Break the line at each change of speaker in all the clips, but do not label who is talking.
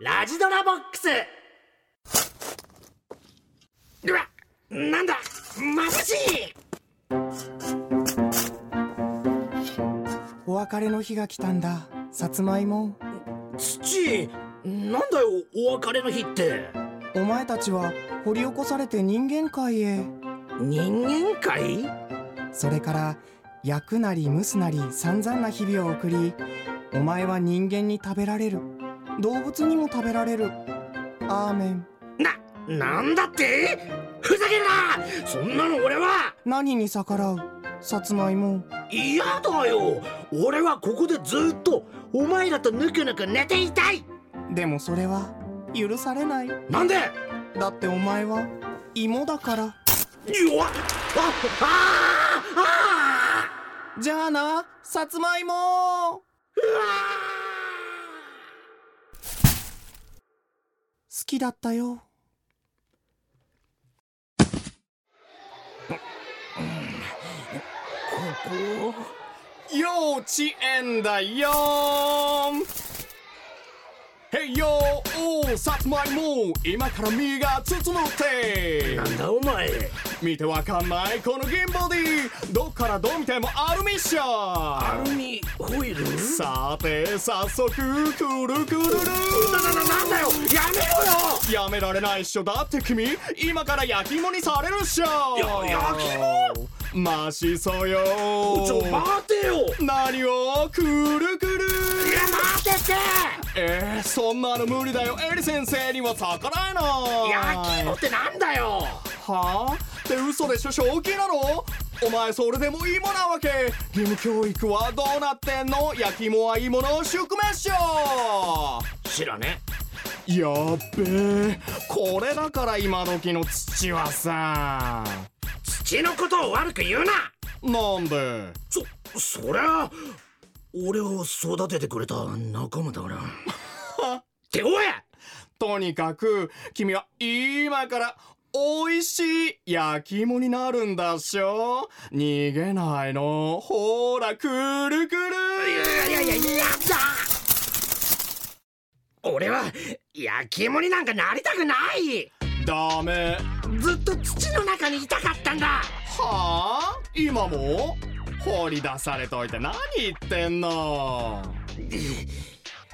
ラジドラボックスうわなんだ眩しい
お別れの日が来たんださつまいも
父なんだよお別れの日って
お前たちは掘り起こされて人間界へ
人間界
それから焼くなり蒸すなり散々な日々を送りお前は人間に食べられる動物にも食べられるアーメン
ななんだってふざけるなそんなの俺は
何に逆らうさつまいも
嫌だよ俺はここでずっとお前らとぬくぬく寝ていたい
でもそれは許されない
なんでよ
だってお前は芋だから
っああああ
じゃあなさつまいも
うわ
好きだったよ
ここ
幼稚園だよへいよーさつまいも今から身が包むって
なんだお前
見てわかんないこの銀ボディどっからどう見てもアルミッショ
ア
ン
ルミホイル
さて早速くるくるる
ななななんだよやめろ
やめられないっしょだって君今から焼き芋にされるっしょ
や焼き芋
マシソよ
よちょ待てよ
何をくるくる
いや待てて
えー、そんなの無理だよエリ先生には逆らえない
焼き芋ってなんだよ
はあって嘘でしょ正気なのお前それでも芋なわけ義務教育はどうなってんの焼き芋は芋の宿命っしょ
知らね
やっべえこれだから今時の土はさ
土のことを悪く言うな
なんで
そそりゃ俺を育ててくれた仲間だからっておい
とにかく君は今から美味しい焼き芋になるんだっしょ逃げないのほらくるくる
いやいやいややだ俺は焼き芋になんかなりたくない
ダメ
ずっと土の中にいたかったんだ
はあ今も放り出されといて何言ってんの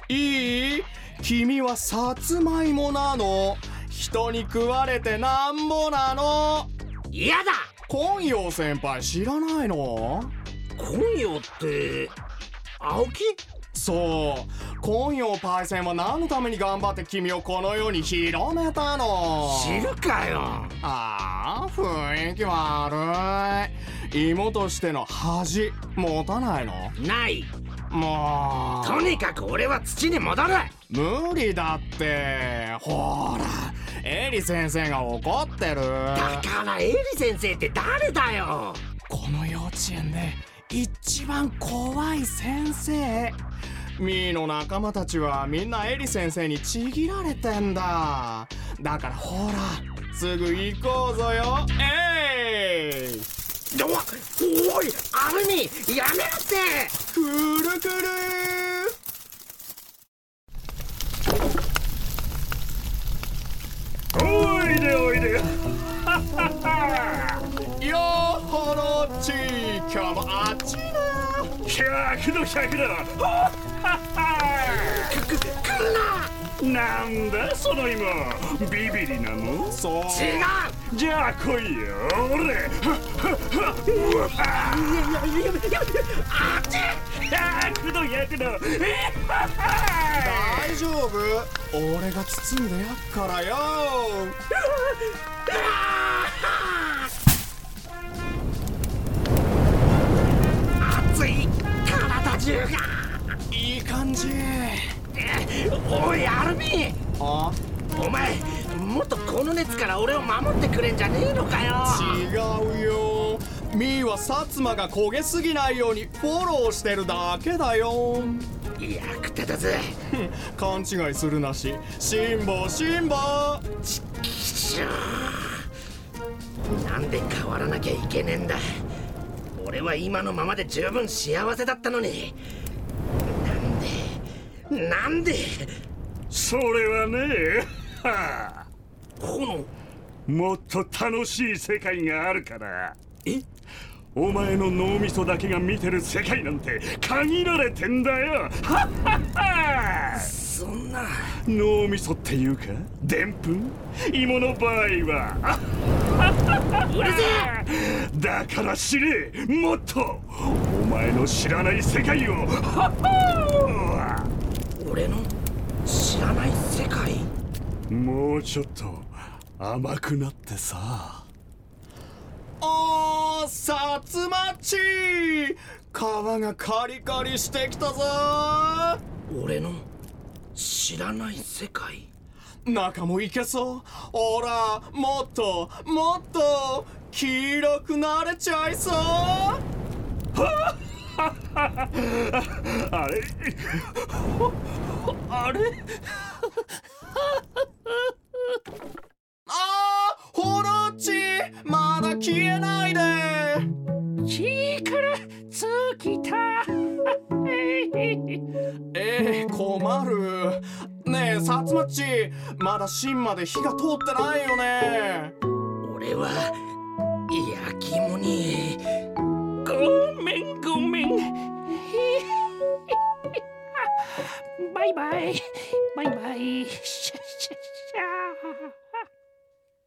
いい君はさつまいもなの人に食われてなんぼなの
嫌だ
今陽先輩知らないの
今夜って青木
そう今夜パイセンは何のために頑張って君をこの世に広めたの
知るかよ
ああ雰囲気悪い芋としての恥持たないの
ない
も
とにかく俺は土に戻る
う無理だってほらエリ先生が怒ってる
だからエリ先生って誰だよ
この幼稚園で一番怖い先生みーの仲間たちはみんなエリ先生にちぎられてんだだからほらすぐ行こうぞよえい
おおいアルミやめろって
くるくる
おいでおいで
よーほろっち今日もあっちだ
100の100だ
くくくんな
なんだその芋ビビりなの
そ
違
う
じゃあ来いよ俺
うやめやめあっち
100の100だ
大丈夫俺が包んでやっからよ
熱い体中が
いい感じ
えおいアルミ
あ
お前もっとこの熱から俺を守ってくれんじゃねえのかよ
違うよみーは薩摩が焦げすぎないようにフォローしてるだけだよ
役立たず
ふん勘違いするなし辛抱辛抱
しゃーなんで変わらなきゃいけねえんだ俺は今のままで十分幸せだったのになんでなんで
し
それはねはあ
この
もっと楽しい世界があるからえお前の脳みそだけが見てる世界なんて限られてんだ よはっはっは
そんな
脳みそっていうかでんぷん芋の場合はあ
うるせ
だから知れもっとお前の知らない世界をはっは
え俺の知らない世界
もうちょっと甘くなってさ
おーさつまち皮がカリカリしてきたぞ
俺の知らない世界
中もいけそうほらもっともっと黄色くなれちゃいそう
あれ
あれ あーホロッチまだ消えないで
いいから月た
ええ困るねえさつまっちまだ芯まで火が通ってないよね
俺は焼き芋に
ごめんごめん バイバイバイバイシャシャシャ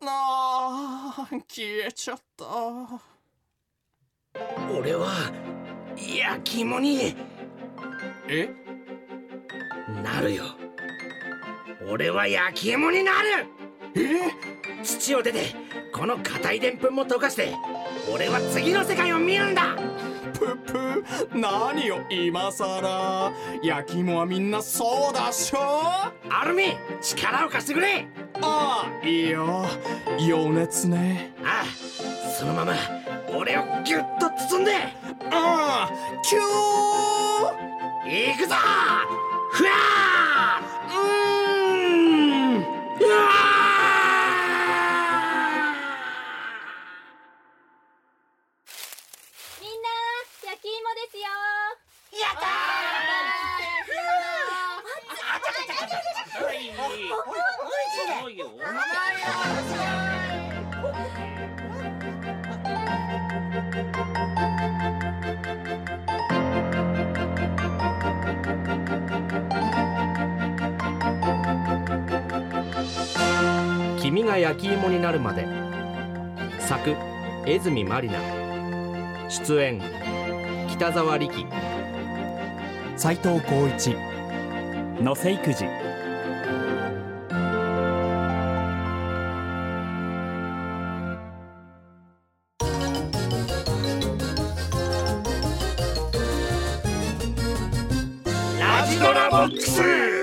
あー消えちゃった
俺は焼き芋に
え
なるよ俺は焼き芋になる
え
土を出てこの硬いでんぷんも溶かして俺は次の世界を見るんだ
ぷっぷ何を今さら焼き芋はみんなそうだっしょあ
アルミ力を貸してくれ
あいいよ余熱ね
ああそのまま俺をギュッと包んで
ああキュー
いくぞふわーうーんうわ
みんな焼き芋ですよ
やったー君が焼き芋になるまで作江住まりな出演北沢力
斎藤浩一
野瀬育児
ラジドラボックス